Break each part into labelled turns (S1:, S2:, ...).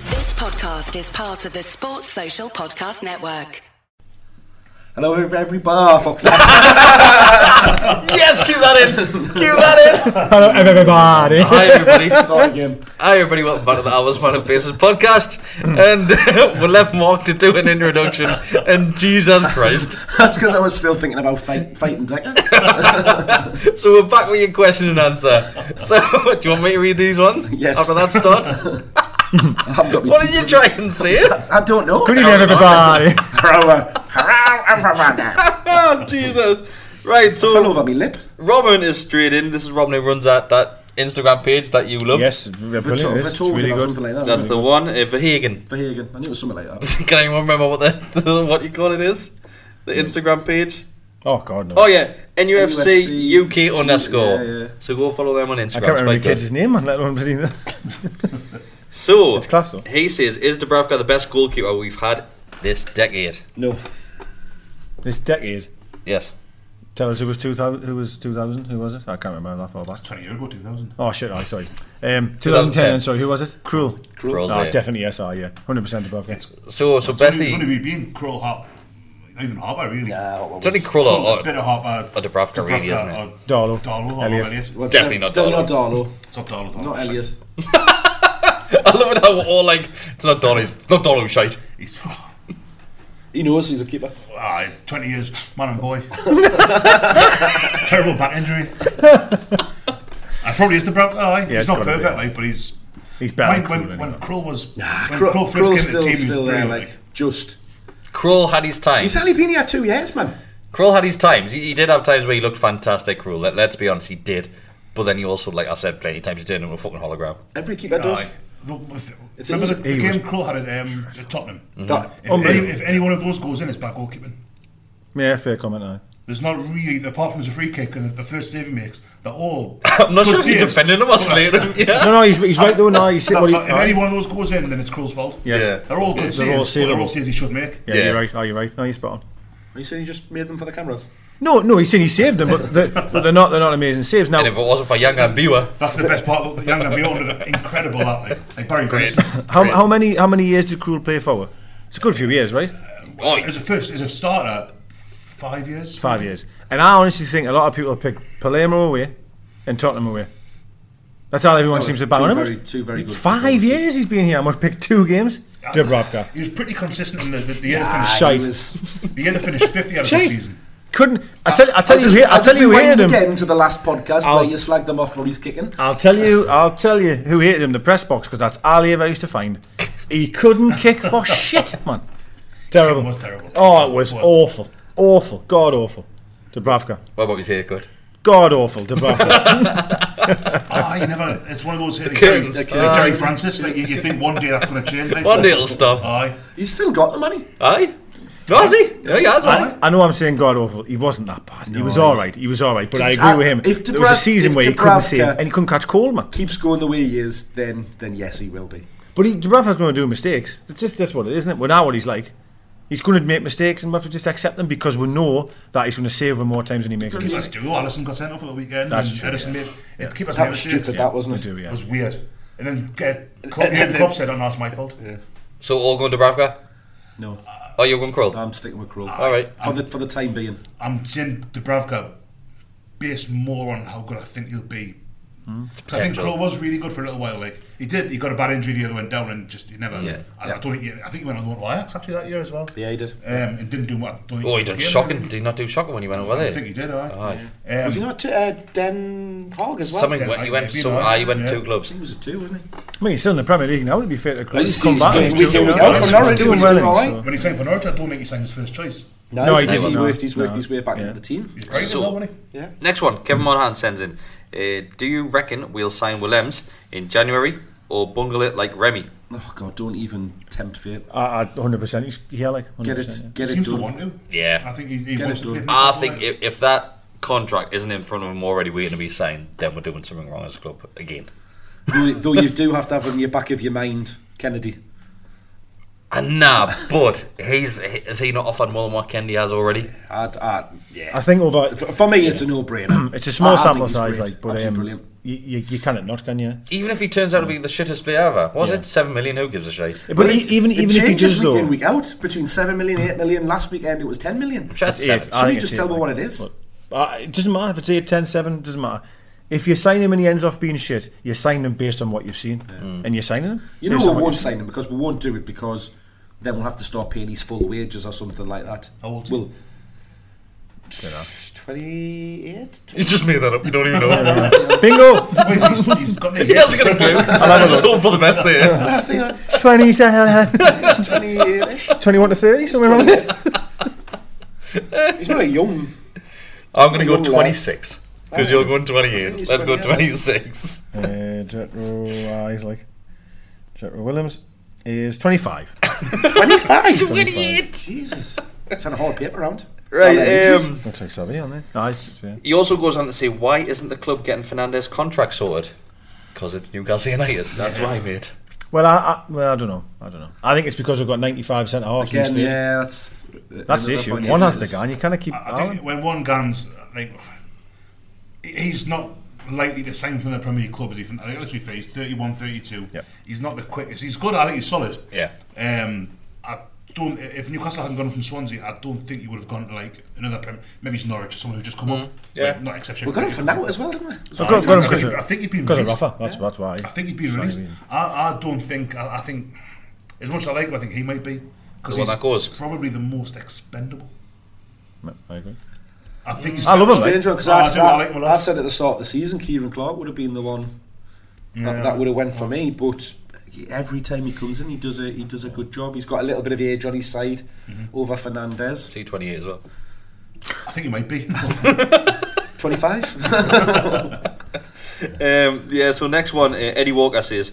S1: podcast is part of the Sports Social Podcast Network.
S2: Hello, every bar. Fuck that.
S3: Yes, cue that in. Cue that in.
S4: Hello, everybody.
S3: Hi, everybody.
S2: Start again.
S3: Hi, everybody. Welcome back to the Alva's Man and Faces podcast. And we left Mark to do an introduction. And Jesus Christ.
S2: That's because I was still thinking about fight, fighting Decker.
S3: So we're back with your question and answer. So, do you want me to read these ones?
S2: Yes.
S3: After that start?
S2: I haven't got me
S3: What
S2: teeth
S3: did you
S2: for
S3: try
S2: this.
S3: and say?
S2: I don't know.
S4: Good evening, everybody.
S2: Fell
S3: Oh, Jesus. Right, so
S2: over my lip.
S3: Robin is straight in. This is Robin who runs that, that Instagram page that you love.
S4: yes, brilliant.
S2: Vito-
S4: It's
S2: Vitogen
S4: really
S2: or
S4: good.
S2: something like that.
S3: That's the one. Uh, Verhagen.
S2: Verhagen. I knew it was something like that.
S3: Can anyone remember what the what you call it is? The Instagram page?
S4: Oh God, no.
S3: Oh yeah, NUFC,
S2: NUFC,
S3: UK underscore.
S2: yeah, yeah.
S3: So go follow them on Instagram.
S4: I can't remember the
S3: Spike
S4: kid's
S3: Dust.
S4: name. Man, let alone his name.
S3: So
S4: It's class, though.
S3: he says, "Is Dubravka the best goalkeeper we've had this decade?"
S2: No.
S4: This decade.
S3: Yes.
S4: Tell us who was two thousand. Who was two thousand? Who was it? I can't remember that far back.
S5: 20 years ago, 2000.
S4: Oh shit! I sorry. Um,
S3: 2010.
S4: 2010. Sorry, who was it? Cruel.
S3: Cruel's
S4: Ah,
S3: it.
S4: definitely SI. Yeah, hundred percent above.
S5: It's
S3: So so
S5: It's only,
S3: bestie
S5: only been Cruel Hop, not even Hopper really.
S2: Nah,
S3: It's only Cruel or-
S5: a bit of Hopper.
S3: or Dubravka really, isn't it?
S4: Darlow.
S5: Darlow, or
S4: Elliot.
S5: Elliot.
S2: Well,
S3: Definitely not
S2: Still not Darlow.
S5: It's not Darlow, Darlow.
S2: Not Elliot.
S3: I love it how we're all like it's not Dolly's not Dolly shite.
S5: He's
S2: He knows he's a keeper.
S5: ah, 20 years, man and boy. Terrible back injury. I probably is Dubravka, aye.
S4: it's
S5: he's not
S4: gotta be,
S5: perfect,
S4: yeah.
S5: like, but he's.
S4: He's better.
S5: When,
S4: than
S5: when,
S4: Cruel, anyway.
S5: when Krull was. When
S2: Krull-
S5: Krull first came
S2: Krill's
S5: to the
S2: still,
S5: team, he was
S2: still there,
S5: brilliant.
S2: like,
S5: like.
S2: just.
S3: Krull had his times.
S2: He's only been here two years, man.
S3: Krull had his times. He, he did have times where he looked fantastic. Krull. Let, let's be honest, he did. But then he also, like I've said plenty of times, he did it with a fucking hologram.
S2: Every keeper does.
S5: Aye. The-
S2: It's
S5: Remember
S2: easy.
S5: the, the
S4: He
S5: game Krull had at um, at Tottenham?
S3: Mm.
S2: That-
S5: If, any, if any one of those goes in, it's bad goalkeeping.
S4: Yeah, fair comment. Aye.
S5: There's not really, apart from his free kick and the first save he makes, they're all.
S3: I'm not
S5: good
S3: sure if he's
S5: saves.
S3: defending him or slaying him. Yeah.
S4: No, no, he's, he's right though. No, he's
S5: But-
S4: what he,
S5: but if any
S4: aye.
S5: one of those goes in, then it's Krull's fault.
S4: Yes.
S3: Yeah.
S5: They're all good
S4: They're all
S5: saves. but they're all
S4: saleable.
S5: saves he should make.
S4: Yeah,
S3: Yeah.
S4: you're right. Are you right? No, you're spot on.
S2: Are you saying he just made them for the cameras?
S4: No, no, he's saying he saved them, but they're, but they're not. They're not amazing saves. Now,
S3: And if it wasn't for Yang and Biwa,
S5: That's the best part of the young and beyond. are Incredible that, like, like Barry
S3: Great.
S5: Finnis.
S4: How,
S3: Great.
S4: how many how many years did Cruel play for? It's a good few years, right?
S3: Oh,
S5: As a first, as a starter, five years.
S4: Five
S2: Mm-hmm.
S4: years. And I honestly think a lot of people pick Palermo away and Tottenham away. That's how everyone
S2: That
S4: seems
S2: was
S4: to bang
S2: Oh, two
S4: on
S2: very-
S4: him.
S2: two very good
S4: Five
S2: performances.
S4: years he's been here. I must pick two games. Dubravka.
S5: He was pretty consistent in the the, the year to finish.
S4: Shite.
S2: He was-
S5: The year to finish fifth out of the
S4: Shit.
S5: season.
S4: Couldn't. I tell. I tell
S2: Uh, just-
S4: you. I
S2: I'll
S4: tell
S2: just
S4: you. Who
S2: rewind
S4: hated him. Oh.
S2: again to the last podcast
S4: I'll-
S2: where you slagged them off for his kicking.
S4: I'll tell you. I'll tell you who hated him. The press box because that's Ali I used to find. He couldn't kick for shit, man. Terrible.
S5: was terrible.
S4: Oh, it was
S5: Well-
S4: awful. Awful. God awful. Dubravka.
S3: what about his haircut?
S4: God awful. Dubravka.
S5: Ah, you never. It's one of those. Like,
S3: curtains.
S5: Like,
S3: Ah.
S5: Jerry Francis. Like you, you think one day that's going to change. Like,
S3: One day it'll stop.
S5: Aye.
S2: He's still got the money.
S3: Aye. No, has he? Yeah, he has. aye.
S4: I know I'm saying God awful. He wasn't that bad. he was all right. He was all right. But I agree
S2: I-
S4: with him.
S2: if
S4: there was a
S2: Dubrav-
S4: season
S2: if
S4: where he couldn't
S2: Dubravka-
S4: see him and he couldn't catch cold, man.
S2: Keeps going the way he is, then then yes, he will be.
S4: But he, Dubravka's going to do mistakes. It's just that's what it is, isn't it? We know what he's like. He's going to make mistakes, and we have to just accept them because we know that he's going to save them more times than he makes
S5: Let's
S4: mistakes.
S5: do. Allison got sent off for the weekend.
S4: That's
S5: and
S4: true,
S5: Edison made. It keep us
S2: That was stupid, that wasn't
S4: I do,
S2: it?
S4: yeah.
S5: It was weird. And then get Klopp, yeah, Klopp said, "Oh no, it's my fault."
S3: So all going to Bravka?
S2: No,
S3: Oh, you're going Krull?
S2: I'm sticking with Krull.
S3: All right.
S2: For the, for the time being.
S5: I'm saying Dubravka based more on how good I think he'll be. 'Cause I think
S3: potential.
S5: Crow was really good for a little while. Like he did, he got a bad injury the other went down and just he never.
S3: Yeah.
S5: I, I don't think. He, I think he went on loan to Ajax actually that year as well.
S2: Yeah, he did.
S5: Um, and didn't do what. I don't think
S3: Oh, he
S5: was
S3: did
S5: game.
S3: shocking. Did he not do shocking when he went over
S5: I
S3: there?
S5: think he did. Aye.
S3: Aye.
S5: Um,
S2: Was he not to uh, Den Haag as well?
S3: Something
S5: Ten-
S3: went, he went
S5: maybe
S3: some.
S5: not,
S3: Aye, he went
S5: yeah.
S3: two clubs.
S2: He was a two, wasn't he?
S4: I mean, he's still in the Premier League now. It'd be fair to Cruel.
S2: He's-
S4: He's come
S2: he's
S4: back.
S2: doing-
S4: and
S2: he's doing
S4: well.
S2: well for Norwich,
S4: Doing
S2: he's
S4: well,
S2: doing all
S4: so-
S2: right.
S5: when he signed for Norwich, I don't think he signed his first choice.
S2: No,
S4: No,
S2: he
S4: he
S2: didn't. He
S4: didn't, no.
S2: worked, he's worked
S4: No.
S2: his way back
S4: Yeah.
S2: into the team.
S5: He's great
S3: So-
S5: as well, wasn't he?
S2: Yeah.
S3: Next one, Kevin Monahan sends in. Uh, do you reckon we'll sign Willems in January or bungle it like Remy?
S2: Oh, God, don't even tempt fate.
S4: I- I- 100%. He's here, like. 100%,
S2: Get it, get
S4: yeah.
S2: it
S5: Seems to
S2: done.
S5: want to.
S3: Yeah.
S5: I think he, he
S2: Get
S5: wants
S2: it
S5: to.
S2: done.
S5: give him
S3: I
S5: this
S3: think
S5: one.
S3: if, if that contract isn't in front of him already waiting to be signed, then we're doing something wrong as a club again.
S2: though, though you do have to have in your back of your mind, Kennedy.
S3: And nah, but he's has he not offered more than what Kendi has already?
S2: I'd, i yeah.
S4: I think over.
S2: for, for me, it's a no-brainer.
S4: It's a small
S2: I- I think
S4: sample
S2: he's
S4: size,
S2: great.
S4: like, but
S2: Absolutely
S4: um,
S2: brilliant.
S4: You, you, you can't not, can you?
S3: Even if he turns out to be the shittest player ever, was it seven million? Who gives a shit?
S4: But,
S2: Well,
S4: e-
S2: it-
S4: even
S2: it
S4: even if he
S2: changes
S4: does
S2: week
S4: though,
S2: in, week out between 7 million, 8 million. Last weekend it was 10 million.
S3: Sure, it's seven.
S4: Eight,
S2: So
S4: I
S2: you
S4: think
S2: just
S4: it's
S2: tell
S4: eight,
S2: me what
S4: like,
S2: it is.
S4: but- Uh, it doesn't matter if it's 8, 10, 7, doesn't matter. If you sign him and he ends off being shit, you sign him based on what you've seen. Mm. And you're signing him.
S2: You know
S4: based on
S2: we
S4: what
S2: won't
S4: you've seen.
S2: sign him because we won't do it because then we'll have to start paying his full wages or something like that.
S5: How old's he?
S2: Well, 28?
S3: You just made that up. You don't even know.
S4: Bingo!
S5: Wait, he's, he's got me.
S3: he hasn't got a clue. just hope for the best there.
S2: I think I-
S4: 20, uh,
S2: it's 28-ish.
S4: 21 to 30, somewhere around there.
S2: He's not a young.
S3: I'm going to go
S2: Young lad.
S3: 26 because you're going
S2: think
S3: 28.
S2: he's
S3: Let's go
S2: 28.
S3: 26.
S4: Uh, Jetro, uh, he's like. Jetro Williams is 25.
S2: 25?
S3: 28.
S2: Jesus. It's on a hard paper round. It's all
S3: Right.
S2: ages.
S3: Um,
S4: Looks like Savvy on there. Ah, it's just, yeah.
S3: he also goes on to say, why isn't the club getting Fernandez contract sorted? Because it's Newcastle United. That's why, mate.
S4: Well, I, I, well, I don't know. I don't know. I think it's because we've got 95 centre halves.
S2: Again,
S4: instead.
S2: yeah, that's...
S4: That's
S2: another
S4: the issue.
S2: point,
S4: One
S2: isn't
S4: has
S2: it?
S4: to go, and you kind of keep.
S5: I think when one guns like he- he's not likely to sign from the Premier Club. Is he? From, like, let's be fair, he's 31, 32.
S4: Yep.
S5: He's not the quickest. He's good. I think he's solid.
S3: Yeah.
S5: Um, I don't. If Newcastle hadn't gone from Swansea, I don't think he would have gone to like another Premier. Maybe he's Norwich or someone who just come up.
S3: Mm-hmm. yeah.
S5: Like, not exceptional.
S2: We got him for now as well, didn't we?
S4: I've got, got him because
S5: I
S4: of,
S5: think- I think he'd been
S4: because of
S5: released.
S4: Rafa. That's that's why.
S5: I think he'd be released. I, I don't think. I, I think as much as I like him, I think he might be because
S3: The one
S5: he's
S3: that goes.
S5: probably the most expendable.
S4: I agree.
S5: I think. he's-
S4: I love him.
S2: Strange one, because
S5: Oh,
S2: I,
S5: I do
S2: said-
S5: like him a lot.
S2: I said at the start of the season, Kieran Clark would have been the one that, that would have went for me. But every time he comes in, he does a he does a good job. He's got a little bit of age on his side over Fernandez.
S3: See, 28 as well.
S5: I think he might be.
S2: Twenty five.
S3: Um, yeah, so next one, uh, Eddie Walker says,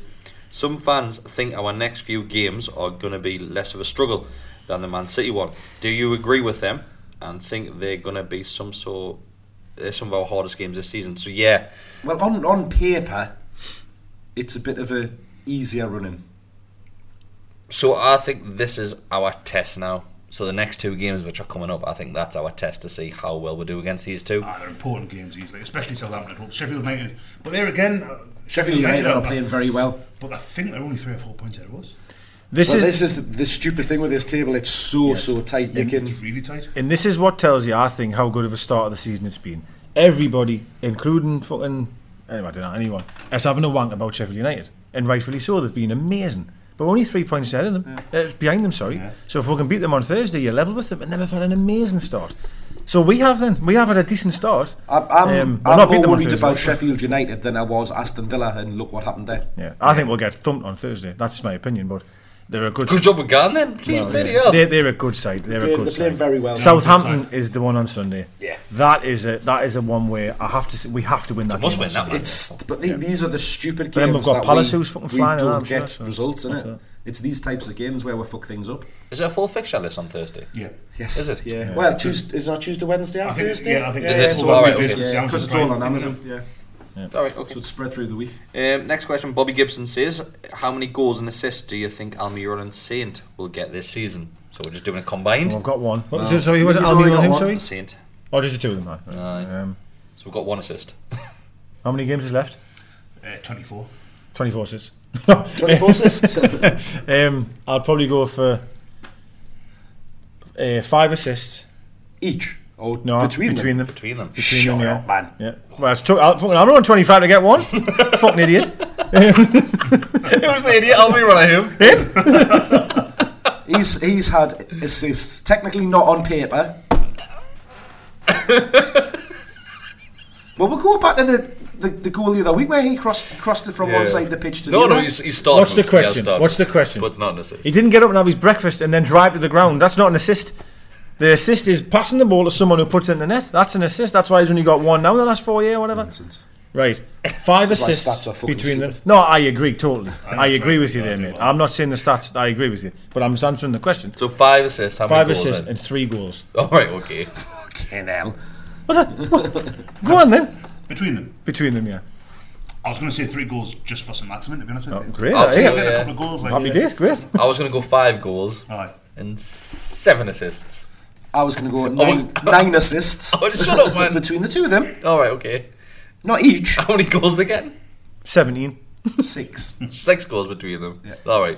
S3: Some fans think our next few games are going to be less of a struggle than the Man City one. Do you agree with them and think they're going to be some sort uh, some of our hardest games this season? So, yeah,
S2: well, on on paper, it's a bit of a easier running.
S3: so I think this is our test now. So, the next two games which are coming up, I think that's our test to see how well we do against these two.
S5: Ah, they're important games easily, especially Southampton at home. Sheffield United, but there again, uh,
S2: Sheffield United are playing very well.
S5: But I think they're only three or four points out of us.
S4: This
S2: Well,
S4: is
S2: this is the, the stupid thing with this table. It's so so tight. You can
S5: It's really tight.
S4: and this is what tells you, I think, how good of a start of the season it's been. Everybody, including fucking anyway, I don't know anyone, is having a wank about Sheffield United, and rightfully so. They've been amazing, but we're only three points ahead of them, uh, behind them. Sorry. So if we can beat them on Thursday, you're level with them, and then we've had an amazing start. So we have then we have had a decent start.
S2: I'm, I'm,
S4: Um, we'll
S2: I'm
S4: not beat
S2: more
S4: them on
S2: worried
S4: Thursday,
S2: about
S4: but-
S2: Sheffield United than I was Aston Villa, and look what happened there.
S4: Yeah, I think we'll get thumped on Thursday. That's just my opinion, but they're a good.
S3: Good job with Gan then. Bloody hell.
S4: Oh, They're, they're a good side. They're,
S2: They're
S4: a good
S2: playing- they're playing
S4: side.
S2: very well.
S4: Southampton is the one on Sunday.
S2: Yeah.
S4: that is a that is a one where I have to. s- We have to win that.
S3: must
S4: game
S3: win
S4: on
S3: that
S4: Sunday.
S3: one.
S2: It's but the- these are the stupid games
S4: Then we've got
S2: that
S4: Palace
S2: we,
S4: who's fucking
S2: we
S4: flying
S2: don't
S4: around,
S2: get
S4: so-
S2: results in
S4: that's
S2: it.
S4: it.
S2: It's these types of games where we fuck things up.
S3: Is it a full fixture list on Thursday?
S5: Yeah.
S2: Yes,
S3: Is it?
S2: Yeah. Well, Tuesday is it not Tuesday, Wednesday, and
S5: I think-
S2: Thursday.
S5: yeah, I think
S3: Is
S5: Yeah,
S3: it
S5: it's
S3: all
S5: all
S3: right?
S5: right,
S3: okay.
S5: yeah.
S2: because it's all on Amazon. Yeah,
S3: All right, okay.
S2: so it's spread through the week.
S3: Um, next question, Bobby Gibson says, "How many goals and assists do you think Almiron and Saint will get this season?" So we're just doing it combined.
S4: Well, I've got one. What, so, sorry, was it
S2: He's
S4: Albion
S2: already
S4: on
S2: got
S4: him?
S2: one.
S4: Sorry,
S3: Saint.
S4: or just the two of them? Right. Um,
S3: So we've got one assist.
S4: how many games is left?
S5: Uh, 24.
S4: Twenty four assists.
S2: Twenty-four assists.
S4: um, I'll probably go for uh, five assists.
S2: each or
S4: No,
S2: between,
S4: between them.
S3: Between them.
S4: Between
S2: Shut
S4: them, yeah.
S2: up, man.
S4: Yeah. Well, it's took, I'll, fucking- I'm on twenty five to get one. fucking idiot.
S3: it was the idiot Almiron at him.
S2: He's he's had assists, technically not on paper. well, we'll go back to the, the, the goal the other week where he crossed crossed it from one side of the pitch to the
S3: No,
S2: other.
S3: no, he's, he's starting.
S4: What's the
S3: He has
S4: question?
S3: started.
S4: What's the question?
S3: But it's not an assist.
S4: He didn't get up and have his breakfast and then drive to the ground. That's not an assist. The assist is passing the ball to someone who puts it in the net. That's an assist. That's why he's only got one now in the last four year, whatever.
S2: Nonsense.
S4: Right. Five
S2: This is why
S4: assists
S2: stats are fucking
S4: between them.
S2: stupid.
S4: No, I agree totally. I agree with you there,
S5: I do
S4: mate.
S5: well.
S4: I'm not saying the stats. I agree with you, but I'm just answering the question.
S3: So five assists. How
S4: Five
S3: many goals? eh?
S4: assists
S3: then?
S4: and three goals.
S3: All right, okay.
S2: Fucking hell.
S4: Go on then.
S5: Between them.
S4: Between them, yeah.
S5: I was going to say three goals just for St Maximin, to be honest with
S4: Oh,
S5: you.
S4: great,
S5: I'll
S3: that, yeah.
S5: take a couple of goals. Like,
S4: Happy
S5: yeah.
S4: days, great.
S3: I was going to go five goals
S5: Aye.
S3: and seven assists.
S2: I was going to go nine, nine assists
S3: Oh, shut up, man.
S2: between the two of them.
S3: All right, okay.
S2: Not each.
S3: How many goals they get?
S4: 17.
S2: Six.
S3: Six goals between them. All right.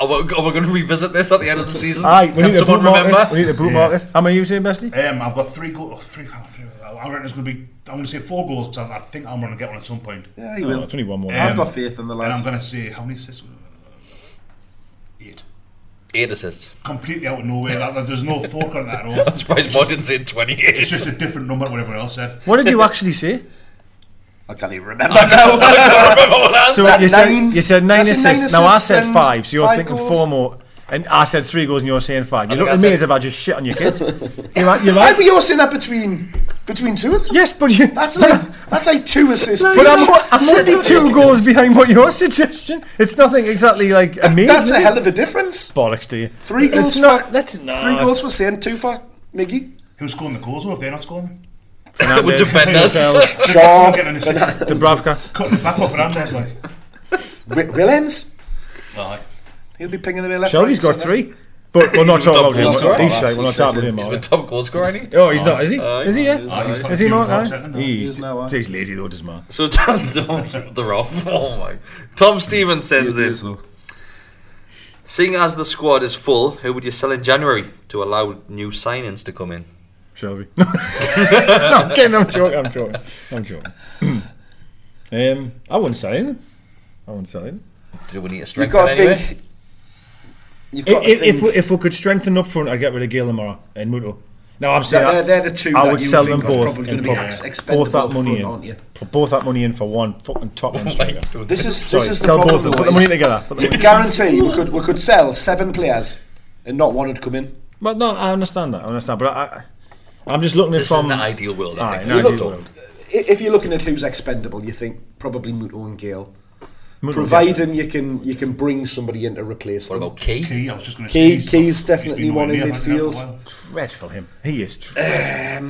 S3: Are we, are we going to revisit this at the end of the season?
S4: Aye,
S3: Can
S4: we need, a boot
S3: someone
S4: market. we
S3: remember?
S4: need a boot market. How many are you saying, Bestie?
S5: Um, I've got three goals. Oh, three, oh, three, I reckon it's going to be. I'm going to say four goals because I, I think I'm going to get one at some point.
S2: Yeah, you
S4: Oh,
S2: will.
S4: it's only one more.
S2: I've
S5: Um,
S2: got faith in the
S5: And I'm
S2: lads.
S5: going to say how many assists? Eight.
S3: Eight assists.
S5: Completely out of nowhere. Like, like, there's no thought on that at all.
S3: I'm surprised Mod didn't say
S5: It's
S3: 28.
S5: just a different number to what everyone else said.
S4: What did you actually say?
S2: I can't even remember now.
S3: remember what I
S4: So
S3: said.
S2: that
S4: you said,
S2: nine?
S4: you said nine
S2: Did I say
S4: assists.
S2: nine
S4: Now I
S2: assists
S4: said
S2: and
S4: five, so you're
S2: five
S4: thinking
S2: goals?
S4: four more. And I said three goals and you're saying five. You
S3: think
S4: look
S3: I
S4: at
S3: said-
S4: me as if I just shit on your kids. you're right. You're
S2: Why
S4: right.
S2: were you saying that between between two of them?
S4: Yes, but you.
S2: That's like that's like two assists.
S4: But I'm, I'm only two goals behind what your suggestion. It's nothing exactly like amazing.
S2: That's a
S4: is it?
S2: hell of a difference.
S4: bollocks to you.
S2: Three
S4: It's
S2: goals
S4: not-
S2: for
S4: that's
S2: three
S4: not-
S2: goals for Saint, two for Miggy.
S5: Who's scoring the goals though if they're not scoring?
S3: That would defend us.
S5: Someone getting an assist.
S4: Dubravka.
S5: Cutting the back off Fernandez like.
S2: R- Willems,
S5: Aye.
S2: he'll be pinging them in left.
S4: Shelby's
S2: right,
S4: got
S2: centre.
S4: three. But we're not
S3: He's a
S4: talking
S3: top
S4: about him.
S3: goal scorer.
S4: He's
S2: Oh,
S4: shite. We're not
S2: that's
S4: talking about him.
S2: interesting.
S4: are
S3: He's
S4: we?
S3: a Uh, top goal scorer, ain't he?
S4: Oh, he's not, is he? Is he?
S3: Aye,
S4: yeah?
S5: he's not.
S4: Is he
S5: He's
S4: not?
S5: not
S4: Aye.
S5: second, no.
S4: He is.
S2: He's not, aye.
S4: He's lazy though, doesn't matter.
S3: So Tom, Tom, they're off. Oh my. Tom Stevens sends
S2: He
S3: in.
S2: is, though.
S3: Seeing as the squad is full, who would you sell in January to allow new signings to come in?
S4: Shelby. no, I'm kidding. I'm joking. I'm joking. I'm joking. um, I wouldn't say anything. I wouldn't say anything.
S3: Do we need a
S2: You've
S3: striker
S2: got to
S3: anyway?
S2: think. You've got
S4: If,
S2: to
S4: if,
S2: think.
S4: we, if we could strengthen up front, I'd get rid of Gail Amara and Muto. No, I'm saying
S2: They're-
S4: that-
S2: they're the two
S4: I
S2: that
S4: would
S2: you
S4: sell them
S2: think are
S4: both.
S2: probably
S4: in
S2: gonna be
S4: public.
S2: ex- expendable
S4: both that
S2: up
S4: money
S2: front,
S4: in.
S2: aren't you? Oh
S4: Put both that money in for one fucking top end striker.
S2: This is
S4: Sorry,
S2: this is the
S4: sell
S2: problem.
S4: both of them.
S2: though,
S4: Put the
S2: is
S4: money together. Put the money-
S2: Guarantee we could we could sell seven players and not one would come in.
S4: But no, I understand that. I understand. But I, I, I'm just looking at
S3: This
S4: from
S3: isn't the ideal world, I
S4: Aye,
S3: think.
S4: no,
S3: We've
S4: ideal
S3: got-
S4: world.
S2: I- If you're looking at who's expendable, you think probably Muto and Gale. Providing you can you can bring somebody in to replace
S3: What
S2: them.
S3: about Key?
S5: Key, I was just going to
S2: Key-
S5: say. he's
S2: Key's
S5: not- he's
S2: definitely
S5: been
S2: one in
S5: nowhere near that now for a
S2: midfield.
S5: while.
S4: dreadful him. He is
S3: Eh.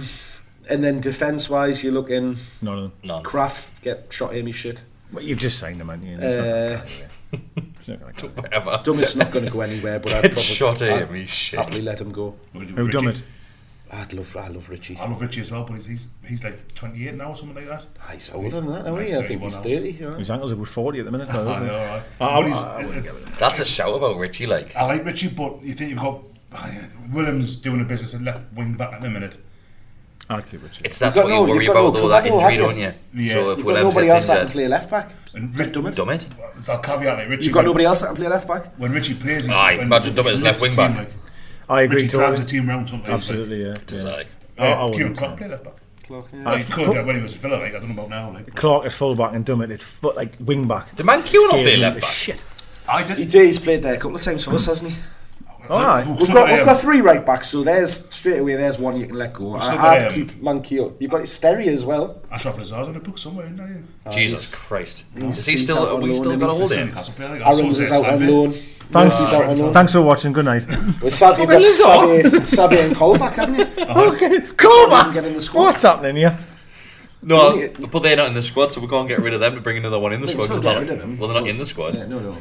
S2: And then defence wise, you're looking
S4: none of them.
S3: None.
S2: Kraft get shot Amy shit.
S4: Well, you've just signed him, haven't you?
S3: Eh.
S2: Uh,
S4: He's not gonna go anywhere.
S3: Whatever.
S2: Dummett's not going to go anywhere, but I'd
S3: Get
S2: probably
S3: shot
S2: I'd
S3: Amy shit.
S2: happily let him go.
S4: Who done it?
S5: Richie.
S2: I'd love I love Richie.
S5: I love Richie as well, but he's he's, he's like 28 now or something like that.
S2: Ah, He's older than that, isn't he?
S5: Nice
S2: I think he's
S5: thirty-one else.
S2: thirty. you know.
S4: His ankles are with 40 at the minute. though,
S5: I
S4: isn't
S5: know,
S4: he?
S5: right?
S4: I-
S5: But he's-
S4: I- I wouldn't get rid
S3: That's a shout about Richie, like.
S5: I like Richie, but you think you've got oh, Williams doing a business at left wing back at the minute.
S4: Alex Richard.
S3: It's that's
S2: got
S3: what
S2: no-
S3: you worry
S2: you've got no
S3: about, though, that
S2: Cavani,
S3: injury,
S2: have
S3: don't
S2: you?
S3: you?
S5: Yeah.
S3: So
S2: You've
S3: if
S2: got
S3: Williams
S2: nobody
S3: gets
S2: else that can
S3: injured,
S2: play left back.
S5: And Rick
S2: Dummett.
S3: dumb it.
S5: I'll caveat it, Richie.
S2: You've got
S5: when-
S2: nobody else that can play left back.
S5: When Richie plays, he-
S3: Aye,
S5: when
S3: imagine Dummett's
S5: he
S3: left wing
S5: lifts the team,
S3: back.
S5: like,
S4: I agree
S5: Richie drags the
S4: totally.
S5: team round sometimes.
S4: Absolutely, yeah.
S3: Does
S4: yeah.
S3: I?
S2: Oh,
S5: Like,
S4: I- I
S5: uh, Kieran
S4: wouldn't.
S5: Clark played left back.
S2: Clark, yeah.
S5: Well, he could yeah, when he was a filler, like, I don't know about now. Like,
S4: Clark at fullback and Dummett at foot like wing back.
S3: Did Mankiw not play
S4: Saving
S3: left
S4: the
S3: back?
S4: Shit.
S5: I
S2: He
S5: did.
S2: did, he's played there a couple of times for us, hasn't he?
S4: Alright.
S2: We've got we've got three right backs, so there's straight away there's one you can let go.
S5: still
S2: I,
S5: got,
S2: I'd
S5: um,
S2: keep Mankio. You've got Hysteria as well.
S5: Ashraf Lazar's in a book somewhere, isn't he?
S3: Jesus Christ.
S2: Uh, he's-
S3: Is he
S2: he's
S3: still,
S2: out
S3: are
S2: on
S3: we
S2: loan,
S3: still going to
S2: isn't
S3: hold
S5: It's only
S3: him?
S5: Castle Player, like, I saw
S2: Aaron's is
S5: Zach
S2: out on
S5: Lambe.
S2: loan.
S4: Thanks. uh,
S2: He's out on loan.
S4: Thanks for watching. Good night.
S2: We're sadly you've got
S4: Fucking
S2: Savé, Savé and Colback, haven't you?
S4: okay. Cool,
S2: Didn't get in the squad.
S4: What's happening here?
S3: No, but they're not in the squad, so we can't get rid of them to bring another one in the
S2: We can
S3: squad.
S2: still
S3: 'cause
S2: get
S3: they're
S2: rid of
S3: not-
S2: them.
S3: Well, they're not in the squad.
S2: Yeah, no, no.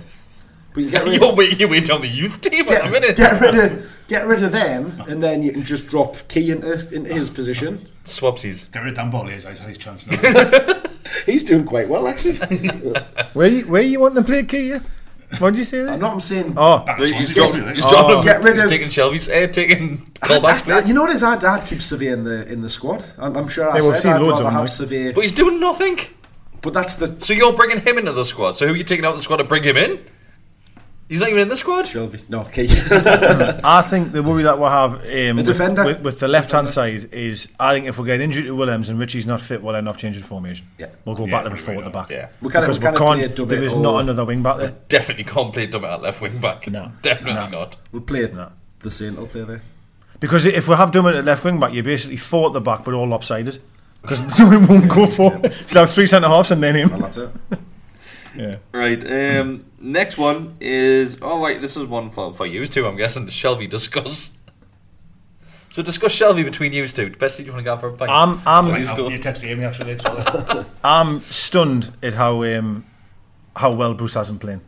S2: But you get rid,
S3: You're waiting, you're waiting on the youth team at the minute.
S2: get, get rid of get rid of them, and then you can just drop Key into, into his position.
S3: Swapsies.
S5: Get rid of Dan Bolly, he's he's had his chance now.
S2: He's doing quite well actually.
S4: Where you, where you want to play key? Yeah? What did you say?
S2: I'm
S4: There?
S2: not I'm saying.
S4: Oh,
S5: Back to
S3: He's,
S5: Swansea,
S3: dropped,
S5: isn't he?
S3: he's dropped him.
S2: Get rid
S3: He's
S2: of-
S3: taking Shelby's. Eh, taking callback
S2: I, I,
S3: plays.
S2: you know what it is? Our dad keeps Savé in the in the squad. I'm, I'm sure I
S4: Yeah, we've
S2: said
S4: seen
S2: I'd
S4: loads
S2: rather
S4: of them,
S2: have
S4: like.
S2: Savé,
S3: But he's doing nothing.
S2: but that's the
S3: So you're bringing him into the squad. So who are you taking out of the squad to bring him in? He's not even in the squad.
S2: Shelby. No, Key.
S4: I think the worry that we'll have um, with,
S2: defender.
S4: with, with the left hand side is I think if we get injured to Williams and Richie's not fit, we'll end up changing formation.
S2: Yeah.
S4: We'll go
S5: Yeah,
S4: back to the
S5: we
S4: four at the
S5: will.
S4: back.
S3: Yeah.
S2: We can't-
S4: Because
S2: we can't play a
S4: can't.
S2: Dummett
S4: There is
S2: or-
S4: not another wing back there.
S3: Definitely can't play Dummett at left wing back.
S4: No.
S3: Definitely not.
S2: we played
S4: No.
S2: the Saint up there. there.
S4: Because if we have Dummett at left wing back, you're basically four at the back, but all lopsided. Because Dummett won't go for. So have three centre halves and then
S2: Well,
S4: him.
S2: that's it.
S4: Yeah.
S3: Right. Um, next one is. Oh wait, this is one for for you two. I'm guessing. Shelby discuss. So discuss Shelby between you two. Best do you want to go for a pint?
S4: I'm, I'm,
S3: Please go.
S5: You texted Amy actually. So
S4: I'm stunned at how um, how well Bruce hasn't played.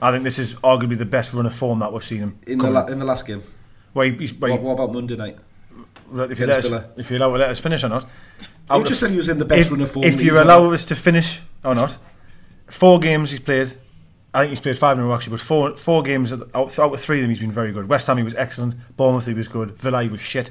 S4: I think this is arguably the best run of form that we've seen him.
S2: in the
S4: come.
S2: la- in the last game.
S4: Where he- he's- where he-
S2: What, what about Monday night?
S4: if you
S2: Against
S4: let us,
S2: Villa.
S4: if you allow let us finish or not. Out
S2: You
S4: of-
S2: just said he was in the best
S4: if,
S2: run of form.
S4: If
S2: he's
S4: you
S2: had.
S4: allow us to finish or not, four games he's played. I think he's played five in a row actually, but four four games out, out of three of them he's been very good. West Ham he was excellent. Bournemouth he was good. Villa he was shit.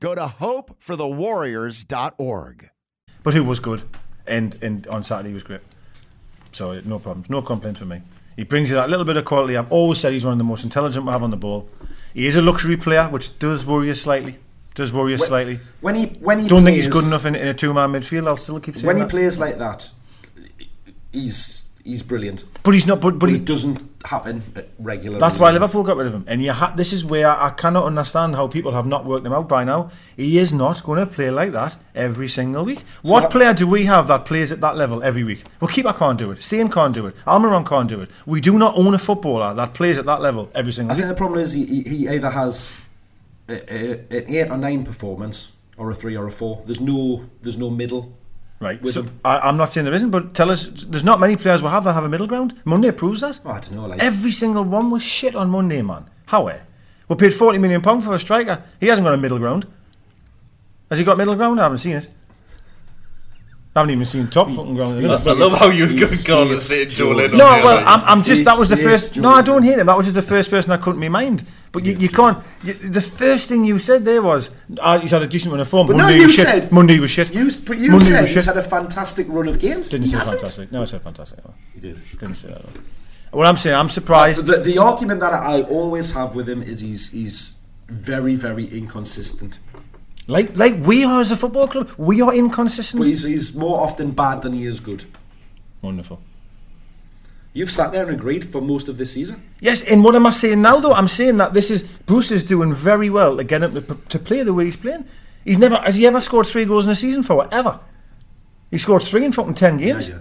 S6: go to hopeforthewarriors.org.
S4: but who was good, and and on Saturday he was great. So uh, no problems, no complaints from me. He brings you that little bit of quality. I've always said he's one of the most intelligent we have on the ball. He is a luxury player, which does worry us slightly. Does worry us slightly.
S2: when he when he
S4: Don't think
S2: plays,
S4: he's good enough in, in a two-man midfield. I'll still keep saying
S2: when he
S4: that.
S2: plays like that, he's he's brilliant.
S4: but he's not. But, but
S2: But
S4: he,
S2: it doesn't happen regularly.
S4: that's why
S2: enough.
S4: Liverpool got rid of him. And you ha- this is where I, I cannot understand how people have not worked him out by now. He is not going to play like that every single week. what
S2: that-
S4: player do we have that plays at that level every week? Well, Keeper can't do it. Same can't do it. Almiron can't do it. We do not own a footballer that plays at that level every
S2: I
S4: single week.
S2: think the problem is he, he, he either has a, a, an eight or nine performance or a three or a four. There's no there's no middle.
S4: Right.
S2: with
S4: So
S2: him.
S4: I, I'm not saying there isn't, but tell us, there's not many players we have that have a middle ground. Monday proves that.
S2: Oh, I don't know. Like
S4: Every single one was shit on Monday, man. How? eh? We paid forty million pound for a striker. He hasn't got a middle ground. Has he got middle ground? I haven't seen it. I haven't even seen top fucking ground. in a minute.
S3: I love how you
S2: He
S3: could go on and
S2: hates
S3: say Joel in
S2: Joel.
S3: on
S4: No,
S3: there,
S4: well,
S3: mate.
S4: I'm, I'm just
S2: He
S4: that was the
S2: hates
S4: first. No, I
S2: Jordan.
S4: don't hate him. That was just the first person I couldn't be mind. But you, you can't. You, the first thing you said there was "Ah, he's had a decent run of form.
S2: But no,
S4: Monday
S2: you
S4: was shit.
S2: said-
S4: Monday was shit.
S2: You, but you
S4: Monday
S2: said
S4: was
S2: he's
S4: shit.
S2: had a fantastic run of games.
S4: Didn't
S2: he
S4: say
S2: hasn't.
S4: fantastic. No, I said fantastic. No,
S2: He did.
S4: Didn't say that. Well, I'm saying I'm surprised.
S2: Uh, The, the argument that I always have with him is he's he's very very inconsistent.
S4: Like like we are as a football club, we are inconsistent.
S2: But he's, he's more often bad than he is good.
S4: Wonderful.
S2: You've sat there and agreed for most of this season.
S4: Yes, and what am I saying now though? I'm saying that this is Bruce is doing very well to get him to, to play the way he's playing. He's never has he ever scored three goals in a season for ever? He scored three in fucking ten games.
S2: yeah.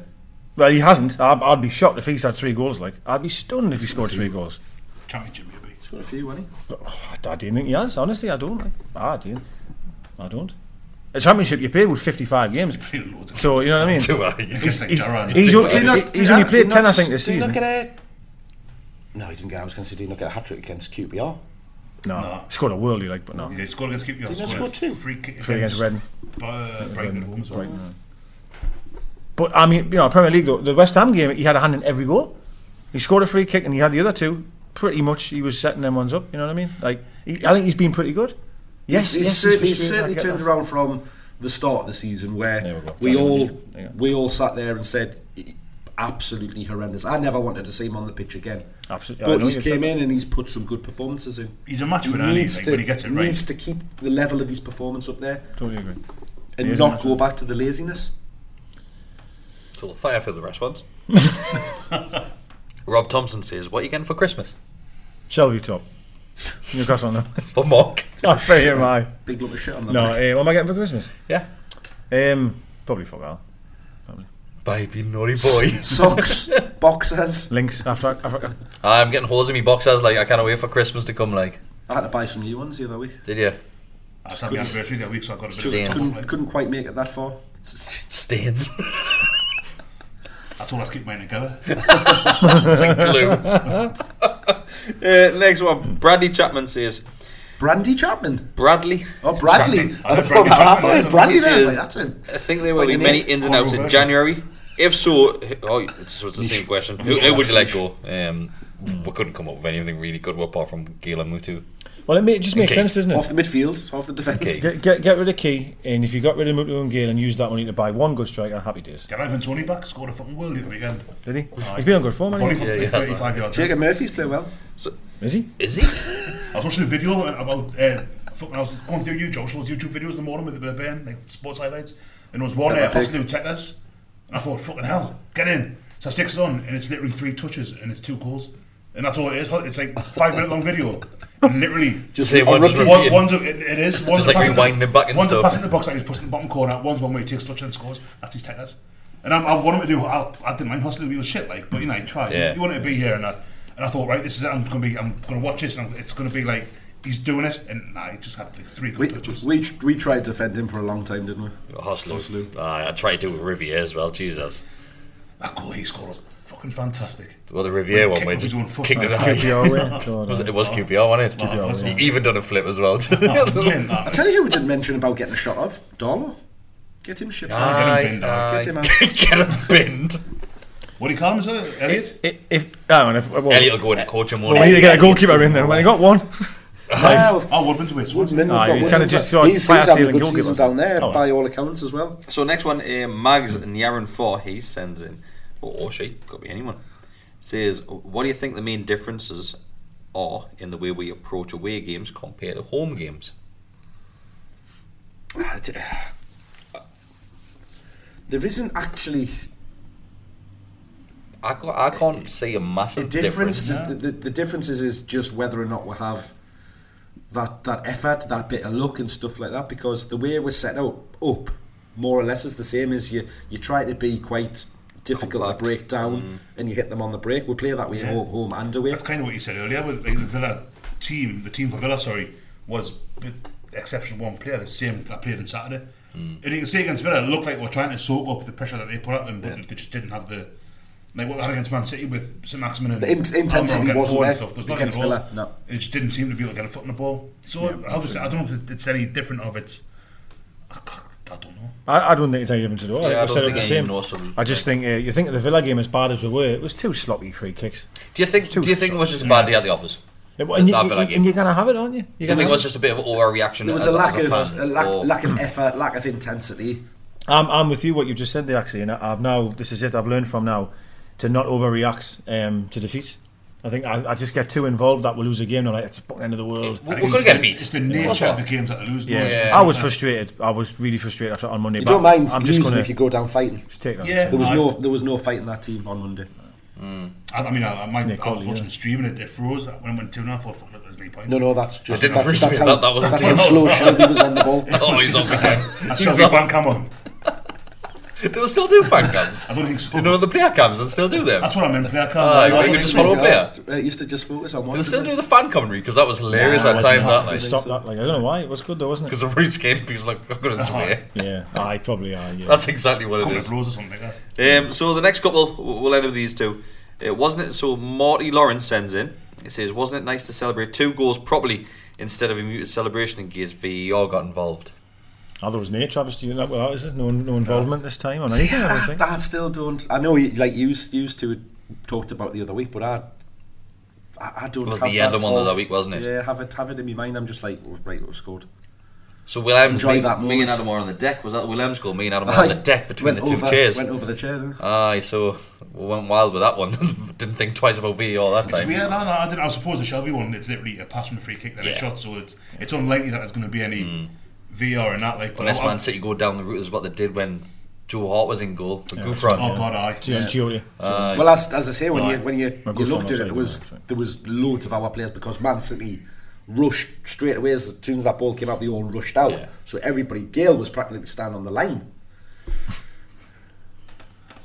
S4: Well, he hasn't. I'd, I'd be shocked if he's had three goals. Like I'd be stunned if he scored three goals.
S5: championship maybe.
S2: He's got a few, hasn't he?
S4: But, oh, I, I didn't think he has. Honestly, I don't. Like, I didn't. I don't. A er championship you play with 55 games.
S2: er
S5: Played loads of-
S4: So you know what I mean.
S3: Do I?
S5: You can say
S4: He's,
S5: Duran.
S4: he's,
S3: Do
S4: only-
S2: Did he not-
S4: he's
S2: did
S4: only
S2: he-
S4: played
S2: did
S4: 10, I
S2: not-
S4: think, this
S2: did he
S4: season.
S2: not get a- No, he didn't get. I was going to say, did he not get a hat trick against QPR?
S4: No.
S5: No.
S4: Scored a worldie, like, but no.
S5: Yeah, he scored against Keep Your
S2: Didn't he score two?
S5: Free kick
S4: Free against Redden.
S5: Uh, Brighton at home. So.
S4: But, I mean, you know, Premier League, though, the West Ham game, he had a hand in every goal. He scored a free kick and he had the other two. Pretty much, he was setting them ones up, you know what I mean? Like, he, I think he's been pretty good. Yes,
S2: He's, he's
S4: yes, he's
S2: certainly, he's
S4: frustrating, I
S2: certainly
S4: get
S2: turned
S4: that.
S2: around from the start of the season
S4: There
S2: where
S4: we go.
S2: we
S4: Sorry,
S2: all
S4: there you go.
S2: we all sat there and said absolutely horrendous. I never wanted to see him on the pitch again.
S4: Absolutely. I
S2: But
S4: know
S2: he's
S4: you
S2: came
S4: said
S2: in and he's put some good performances in.
S5: He's a match
S2: He
S5: winner, isn't he?
S2: needs
S5: Like,
S2: to-
S5: when he gets it right.
S2: needs to keep the level of his performance up there
S4: Totally agree. He
S2: and
S4: is a match
S2: not go
S4: winner.
S2: back to the laziness.
S3: So fire for the response. Rob Thompson says, "What are you getting for Christmas?"
S4: Shelby top. Newcastle, no.
S3: For mock.
S4: I bet you am I.
S2: Big lump of shit on the
S4: No,
S2: back.
S4: eh, what am I getting for Christmas?
S3: Yeah.
S4: Um, probably fuck all.
S3: Baby naughty boy.
S2: Socks, boxers.
S4: Links after Africa.
S3: I'm getting holes in me boxers. Like I can't wait for Christmas to come. Like,
S2: I had to buy some new ones the other week.
S3: did you?
S5: That's had my anniversary that week, so I got a bit
S2: Just
S5: of a
S2: couldn't,
S5: top.
S2: couldn't quite make it that far. S-
S3: Stains.
S5: I told us to keep mine together.
S3: Glue. uh, next one. Bradley Chapman says,
S2: Brandy Chapman.
S3: Bradley.
S2: Oh, Bradley.
S5: I
S2: That's
S5: had Brandy
S2: what I thought
S5: Chapman.
S2: it was Brandy
S3: He
S2: there. I was like,
S3: says,
S2: that's him.
S3: I think there will be
S2: Fucking
S3: many
S2: it.
S3: ins and outs in
S5: Controversial.
S3: January. If so, who- oh, this was the same question. Who, who would you let go? Um, we couldn't come up with anything really good apart from Gila Mutu.
S4: Well, it, ma- it just makes
S3: Okay.
S4: sense, doesn't it?
S2: Off the midfield, off the defence.
S4: Get, get, get rid of Key, and if you got rid of Mutu and Gale and used that money to buy one good striker, happy days.
S5: Get Ivan Tony back, scored a fucking worldie at the weekend.
S4: Did he? He's been on good form,
S5: Volley
S4: hasn't
S5: from
S3: Yeah, yeah, that's
S5: 35 yards.
S2: Jacob Murphy's play well.
S4: he? Is he?
S3: Is he?
S5: I was watching a video about uh, fucking I was going through you, Joshua's YouTube videos in the morning with the band, like sports highlights, and there was one uh, hustle who took this, and I thought, fucking hell, get in. So I sticks it on, and it's literally three touches, and it's two goals, and that's all it is. It's like five minute long video, and literally
S3: Just say one, just
S5: one,
S3: repeat.
S5: one's a, it, it is. One's
S3: Just, like,
S5: a pass in the-
S3: rewinding it back and
S5: one's a
S3: stuff.
S5: pass in the box, like he's pushing the bottom corner. One's one way, takes touch and scores. That's his techers. And I, I wanted to do. I, I didn't mind hustling. We was shit, like, but you know, I tried.
S3: Yeah.
S5: You wanted to be here, and I, and I thought, right, this is it. I'm gonna be. I'm gonna watch this, and I'm, it's gonna be like he's doing it. And nah, he just had like three good
S2: We,
S5: touches.
S2: we, we tried to defend him for a long time, didn't we?
S3: Hoslu.
S2: Hoslu.
S3: Aye, I tried to do with Riviere as well, Jesus.
S5: That goal he scored was fucking fantastic.
S3: Well, the Riviere one
S5: kick
S3: where
S5: off his own foot,
S3: kicked it
S5: man.
S3: high.
S4: QPR win. God,
S3: Was
S4: aye.
S3: it, it was QPR, wasn't it?
S5: was
S3: he
S5: it?
S3: even done a flip as well.
S5: Oh, Man,
S2: I
S5: that
S2: tell you who we didn't mention about getting a shot of Darlow. Get him shit.
S5: Aye,
S2: Get him
S5: aye.
S2: out.
S3: Get him binned.
S5: what do you call him, is it? Elliot?
S4: If, if, I don't know, if, well,
S3: Elliot will go in and coach him. won't
S4: we need to
S3: he?
S4: get a goalkeeper in there. When I got one,
S2: Well,
S5: Oh, Woodman's with
S2: Woodman,
S5: Woodman.
S2: we've got
S4: Aye, you
S2: Woodman,
S4: kinda just
S2: but
S4: thought
S2: he's,
S4: fire
S2: he's having a
S4: stealing
S2: good season
S4: goalkeepers.
S2: down there
S4: Oh.
S2: by all accounts as well.
S3: So next one, uh, Mags Nyaran Four. He sends in, or, or she, could be anyone. Says, what do you think the main differences are in the way we approach away games compared to home games?
S2: There isn't actually
S3: I, ca- I can't see a massive
S2: a difference.
S3: difference.
S2: The, the, the difference is, is just whether or not we have that that effort, that bit of luck and stuff like that. Because the way we're set up, up more or less is the same as you. You try to be quite difficult
S3: Compact.
S2: to break down, and you hit them on the break. We play that way home, home and away.
S5: That's kind of what you said earlier with like, the Villa team. The team for Villa, sorry, was with the exception of one player, the same that played on Saturday.
S3: Hmm.
S5: And you can see against Villa, it looked like we're trying to soak up the pressure that they put at them, but they just didn't have the like what they had against Man City with St Maximin and
S2: The in- intensity
S5: Almiron getting
S2: wasn't
S5: forward and
S2: there
S5: stuff. There's nothing
S2: against
S5: at all.
S2: Villa, no.
S5: It just didn't seem to be able to get a foot in the ball. So how does it, I don't know if it's any different of its. I, can't- I don't know.
S4: I, I don't think it's any difference at all.
S3: Yeah, I
S4: I,
S3: don't
S4: said it
S3: think
S4: was the
S3: anyone
S4: same.
S3: knows them.
S4: I just think uh, you think of the Villa game as bad as we were. It was two sloppy free kicks.
S3: Do you think? Do you think it was just a bad day at the office?
S4: It- and, you,
S3: That Villa
S4: you-
S3: game.
S4: and you're gonna have it, aren't you? You're
S3: Do you
S4: gonna
S3: think it
S4: have
S3: was just a bit of an overreaction?
S2: There was
S3: as
S2: a lack
S3: as
S2: of
S3: fan,
S2: a lack,
S3: or-
S2: lack of effort, lack of intensity.
S4: I'm, I'm with you what you just said there actually and I- I've now this is it I've learned from now to not overreact um, to defeat I think I, I just get too involved that we lose a game and I'm like it's the fucking end of the world
S3: We-
S5: I
S3: we
S5: think
S3: could
S5: it's
S3: get
S5: the-
S3: beat.
S5: It's the nature of the games that they lose. though. It's-
S4: I was frustrated I was really frustrated after on Monday
S2: You
S4: but
S2: don't mind
S4: I'm just
S2: losing
S4: gonna
S2: if you go down fighting.
S4: just take that
S5: Yeah.
S2: There was
S5: I-
S2: no there was no fight in that team on Monday.
S5: I, I mean, I, I, might, I was
S4: Coley,
S5: watching
S4: yeah.
S5: the stream and it, it froze when it went 2 and I thought, fuck, look, there's no point.
S2: No, no, that's just
S3: didn't
S2: that's,
S3: freeze
S2: that's
S3: me,
S2: how,
S3: that- that was a
S2: that's
S3: team
S2: how slow Shelby was on the ball.
S3: Oh, he's off again.
S5: I
S3: He's
S5: shall be
S3: off.
S5: fan cam on.
S3: Do they still do fan cams?
S5: I don't think so.
S3: Do you know the player cams? They still do them.
S5: That's what I meant, player cam.
S3: Ah,
S5: Like,
S3: you
S5: I
S3: think
S5: don't
S3: it's just
S5: think-
S3: follow- player.
S2: I used to just focus on
S3: They
S2: watching.
S3: still
S2: this.
S3: do the fan commentary because that was hilarious
S5: Nah,
S3: at
S5: I
S3: times,
S5: don't
S3: aren't they?
S4: stop that like I don't know why it was good though wasn't it
S3: Because the Reed game people's like, I'm going to swear.
S4: yeah I probably are yeah
S3: That's exactly what
S5: Couple
S3: it
S5: of
S3: is.
S5: blows or something like that.
S3: Um, so the next couple, w- we'll end with these two. It wasn't it. So Marty Lawrence sends in. It says, wasn't it nice to celebrate two goals properly instead of a muted celebration in case VAR got involved?
S4: I thought it was near travesty and that well is it no, no involvement this time on
S2: See,
S4: anything I don't
S2: I,
S4: think
S2: I still don't. I know, you- like you used to talked about the other week, but I, I, I don't.
S3: was
S2: have
S3: the Edlam
S2: that
S3: one the
S2: of-
S3: other week, wasn't it?
S2: Yeah, have it, have it in my mind. I'm just like, oh, right, we've scored.
S3: So Will Adams,
S2: Enjoy
S3: me,
S2: that
S3: me and
S2: moment.
S3: Adam were on the deck. Was that Will Adams' goal? Me and Adam were on the deck between
S2: Went
S3: the two
S2: over,
S3: chairs.
S2: Went over the chairs. eh?
S3: Aye, so we went wild with that one. Didn't think twice about VAR that
S5: It's
S3: time.
S5: weird, I, don't know, I, didn't, I suppose the Shelby one, it's literally a pass from a free kick that
S3: Yeah. Mm.
S5: it shot, so it's it's unlikely that there's going to be any VR and that. Like, but
S3: Unless
S5: I- I-
S3: Man City go down the route is what they did when Joe Hart was in goal for Gouffron.
S5: Oh, God, aye.
S4: yeah. Chiota.
S2: Well, as, as I say, when you
S5: Right.
S2: when you,
S4: good
S2: you
S4: for
S2: looked at it,
S4: Marseille,
S2: there was
S4: actually.
S2: there was loads of our players because Man City rushed straight away as soon as that ball came out. They all rushed out,
S3: Yeah.
S2: so everybody. Gale was practically standing on the line.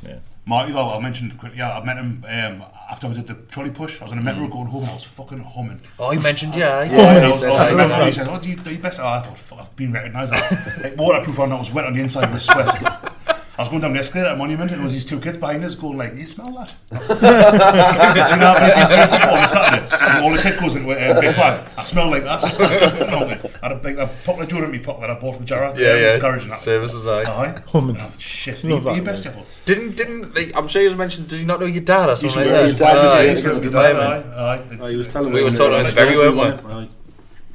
S4: yeah
S5: Marty, though, I mentioned quickly, yeah, I met him um, after I did the trolley push. I was in a
S3: Mm.
S5: metro going home and I was fucking humming.
S3: Oh, he mentioned, yeah. aye.
S5: Oh,
S2: he
S5: no,
S2: said
S5: oh,
S2: that.
S5: no, no, he said, "Oh, do you, do you best?" Oh, I thought, "Fuck, I've been recognised." that." like, waterproof on that was wet on the inside with sweat. I was going down the escalator at Monument, and there was these two kids behind us going like, "You smell that?" so now I'm eating dinner football on Saturday, and all the kid goes into a uh, big bag. I smell like that. I had a, like, a popular jewellery in my pocket that I bought from Jarrah.
S3: Yeah,
S5: um,
S3: yeah.
S5: Garage and that.
S3: Services, aye.
S5: Aye. And I thought, shit. You,
S4: Love that,
S5: you best ever.
S3: Didn't, didn't, like, I'm sure he was mentioned, did he not know your dad or something
S2: know
S3: like
S2: his
S3: that?
S2: dad was
S3: Aye,
S2: there,
S3: he's
S2: he
S3: gonna
S2: was
S3: be
S2: there.
S3: there, man.
S2: Oh, he was
S5: telling.
S2: telling
S3: We
S2: me
S3: were
S2: when, uh,
S3: talking about
S2: like,
S3: this very
S2: we
S3: well,
S2: won it.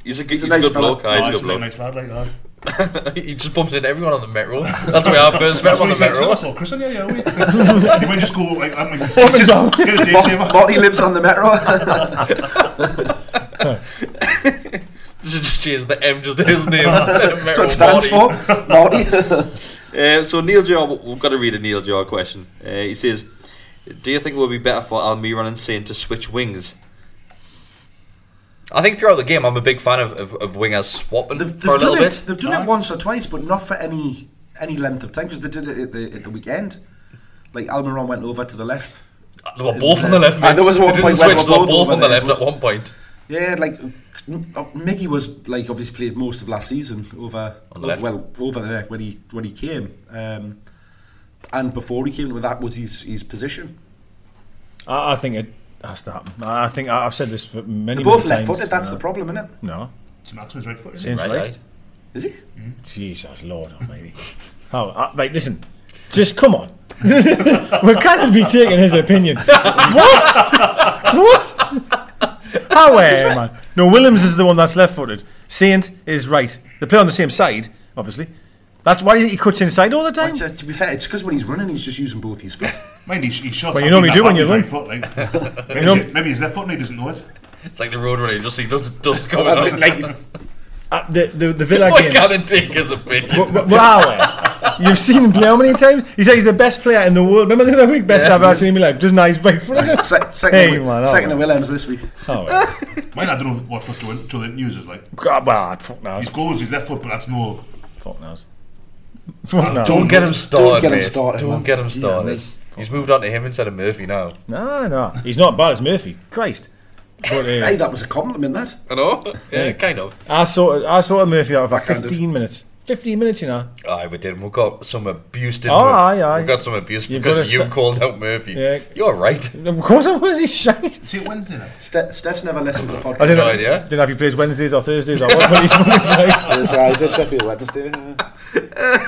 S3: He's a, he's
S2: He's a
S3: a
S2: nice
S3: good
S2: fella.
S3: bloke, aye, he's a
S5: Nice,
S3: good bloke.
S5: nice lad, like aye.
S3: he just bumps into everyone on the metro. That's where I first met
S5: That's
S3: him on
S5: what he
S3: the
S5: said. So
S3: metro.
S5: I saw Chris on yeah, yeah. We. and he might just go like, I'm like, just get a day saver.
S2: Right. Marty lives on the metro.
S3: Just change the M just to his name. That's
S2: That's what it stands for. Marty.
S3: Uh, so Neil Jar, we've got to read a Neil Jar question. Uh, he says, "Do you think it would be better for Almiron and Saint to switch wings?" I think throughout the game, I'm a big fan of, of, of wingers swapping
S2: They've,
S3: for a
S2: they've
S3: little
S2: done
S3: bit.
S2: it. They've done it once or twice, but not for any any length of time because they did it at the, at the weekend. Like Almiron went over to the left.
S3: They were both on the left.
S2: And
S3: mate.
S2: there was one
S3: They didn't
S2: point where
S3: switch.
S2: they
S3: They were
S2: were both
S3: both on
S2: over
S3: the
S2: there.
S3: left at one point.
S2: Yeah, like m- uh, Mickey was like obviously played most of last season over
S3: On the left.
S2: well over there when he when he came, um, and before he came, well, that was his his position.
S4: I, I think it has to happen. I, I think I, I've said this for many,
S2: They're
S4: many
S2: both
S4: times.
S2: left-footed. That's
S4: uh,
S2: the problem, isn't it?
S4: No.
S5: So that's his right foot. isn't
S4: Saints
S3: Right,
S4: right.
S3: right.
S2: Is he?
S4: Jesus Lord Almighty. How? Uh, right, listen. Just come on. we cannot be taking his opinion. what? What? How eh, man? No, Williams is the one that's left-footed. Saint is right. They play on the same side, obviously. That's why do you think he cuts inside all the time?
S2: It's, uh, to be fair, it's because when he's running, he's just using both his feet.
S5: he? Mind he, he shots.
S4: Well, you
S5: up
S4: normally
S5: with
S4: do
S5: that
S4: when you
S5: right
S4: run.
S5: foot, like. maybe,
S4: know-
S5: his- maybe his left foot and he doesn't know it.
S3: It's like the road runner. You just see dust, dust coming
S2: That's
S3: up.
S2: it, like,
S4: Uh, the, the, the
S2: Oh
S4: Villa
S3: I
S4: game.
S3: can't take his opinion.
S4: But- but Wow, eh? You've seen him play how many times? He said he's the best player in the world. Remember the other week, best
S2: Yeah,
S4: I've ever
S2: yes.
S4: seen in my life. Just nice right for
S2: se- second,
S4: Hey,
S2: to,
S4: man,
S2: second
S4: oh,
S2: to Williams this week.
S5: Mine, I don't know what foot Joe, Joe Linton uses. Like
S4: God, well, fuck knows.
S5: his goal is his left foot, but that's no.
S4: Fuck knows. Fuck knows.
S3: Don't get him started.
S2: get him
S3: mate.
S2: started,
S3: Don't
S2: man.
S3: get him
S2: Yeah,
S3: started.
S2: mate.
S3: He's moved on to him instead of Murphy now.
S4: No, no. He's not bad as Murphy. Christ. But,
S2: Hey,
S4: uh,
S2: that was a compliment. That
S3: I know. Yeah, kind of.
S4: I sorted I sorted Murphy out for
S2: Backhanded.
S4: 15 minutes. 15 minutes, you know.
S3: Aye, we did. We got some abuse, didn't
S4: Oh,
S3: we?
S4: aye, aye.
S3: We got some abuse
S4: You've
S3: because
S4: gotta
S3: you
S4: sta-
S3: called out Murphy.
S4: Yeah.
S3: You're right.
S4: Of course I was. He's shite.
S5: See it Wednesday night.
S2: Ste- Steph's never listened to the podcast.
S4: I didn't,
S3: No idea.
S4: didn't have you plays Wednesdays or Thursdays or what. what he's fucking shite.
S2: It's, uh, it's just Sheffield Wednesday. uh,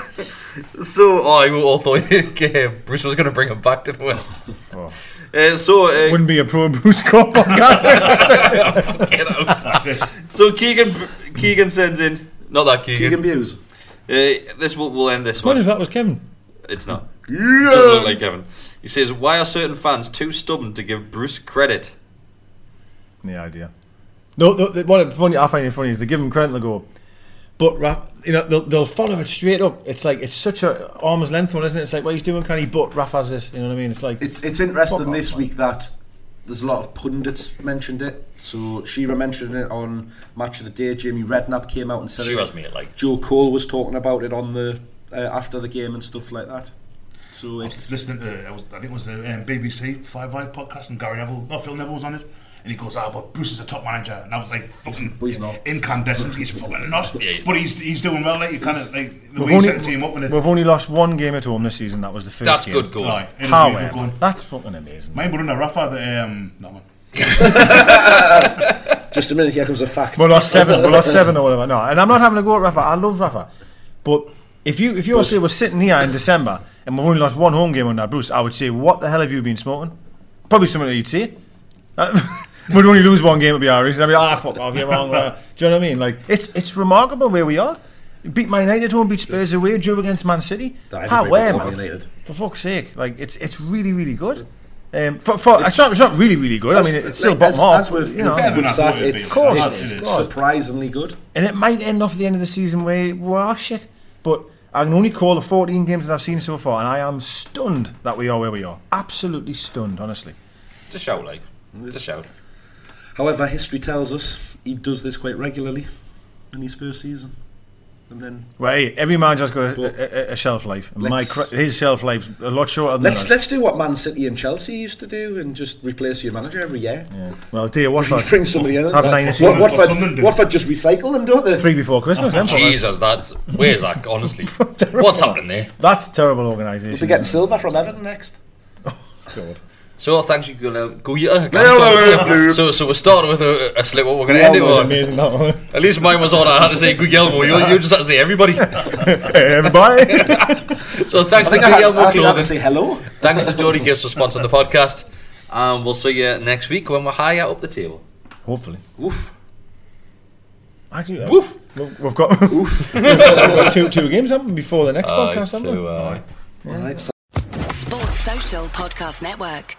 S3: So, I we all thought okay, Bruce was going to bring him back, didn't we? Uh, so, uh,
S4: Wouldn't be a pro Bruce Corp podcast.
S3: get out.
S5: That's it.
S3: so Keegan Keegan sends in. Not that Keegan.
S2: Keegan Buse.
S3: Uh, this will we'll end this
S4: what
S3: one.
S4: if that was Kevin?
S3: It's not. Doesn't look like Kevin. He says, "Why are certain fans too stubborn to give Bruce credit?"
S4: The idea. No, the, the, what funny, I find it funny is they give him credit and they go, but Raf, you know, they'll, they'll follow it straight up. It's like, it's such a arm's length one, isn't it? It's like, what he's doing, can he? But Raf has this, you know what I mean? It's like,
S2: It's it's interesting
S4: Fuck off,
S2: this
S4: man.
S2: week that there's a lot of pundits mentioned it. So Shearer mentioned it on Match of the Day. Jamie Redknapp came out and said
S3: Shearer's
S2: it.
S3: mate, like-
S2: Joe Cole was talking about it on the uh, after the game and stuff like that. So it's
S5: listening to I, was, I think it was the um, BBC Five Live podcast and Gary Neville, no Phil Neville was on it, and he goes, "Ah, but Bruce is a top manager," and I was like, "Fucking,
S2: But he's not.
S5: incandescent. He's fucking not."
S3: Yeah, he's-
S5: but he's he's doing well. Like you kind of like
S4: we've
S5: the way he
S4: only,
S5: set the team up when it.
S4: we've only lost one game at home this season. That was the first
S3: That's
S4: game.
S3: good going.
S5: Aye, it is
S4: How?
S5: really good going.
S4: That's fucking amazing.
S5: Mine were under Rafa. The um, no man.
S2: just a minute. Here comes a fact.
S4: We lost seven. We lost seven or whatever. No, and I'm not having a go at Rafa. I love Rafa, but if you if you were to say we're sitting here in December and we've only lost one home game on that, Bruce, I would say, what the hell have you been smoking? Probably something that you'd say. Uh, we'd only lose one game, it'd be our reason. I'd be like, ah, fuck off, you're wrong. whatever." Do you know what I mean? Like, it's it's remarkable where we are. Beat Man United at home, beat Spurs away, drew against Man City.
S2: That
S4: How
S2: everybody
S4: where,
S2: beats Man
S4: man?
S2: United.
S4: For fuck's sake, like it's it's really really good. Um, for, for, it's, not, it's not really really good. I mean, it's still bottom
S2: as,
S4: half.
S2: As
S4: but,
S2: we've,
S4: you know.
S5: fair
S2: we've
S5: enough,
S2: said,
S5: wouldn't it be?
S2: it's,
S5: Of course
S2: it's
S5: it is.
S2: surprisingly good.
S4: and it might end off the end of the season where we're all shit. But I can only call the 14 games that I've seen so far, and I am stunned that we are where we are. Absolutely stunned, honestly.
S3: It's a shout, like it's a shout.
S2: However, history tells us he does this quite regularly in his first season, and then
S4: Well, hey, every manager's got
S2: But-
S4: a, a, a shelf life. And My
S2: Let's-
S4: cri- his shelf life's a lot shorter than
S2: let's
S4: ours.
S2: let's do what Man City and Chelsea used to do and just replace your manager every year.
S4: Well, dear
S2: You
S4: Watford,
S2: bring somebody in.
S4: Have nine a
S2: What-
S4: season.
S5: Or
S2: Watford,
S5: something.
S2: Watford just recycle them, don't they?
S4: three before
S5: Oh,
S4: Christmas. then, fellas.
S3: Jesus, that where's that? Honestly, what's happening there?
S4: That's terrible organisation.
S2: We're getting Silva from Everton next.
S3: So thanks, you go, go yeah. So so we started with a, a slip. What we're going to end it
S4: That was
S3: on?
S4: amazing, that one.
S3: At least mine was on. I had to say Guglielmo. You, you just had to say everybody.
S4: Hey, everybody.
S3: So thanks
S2: I
S3: to
S2: think I, had,
S3: Guglielmo
S2: I think I had to
S3: Clothing.
S2: say hello.
S3: Thanks to Jody Gibbs for sponsoring the podcast. And we'll see you next week when we're higher up the table.
S4: Hopefully.
S2: Oof.
S4: Actually, uh,
S3: Woof.
S4: we've we've got, we've got two, two games haven't we, before the next podcast, haven't we?
S3: so, uh,
S2: All right.
S1: Sports Social Podcast Network.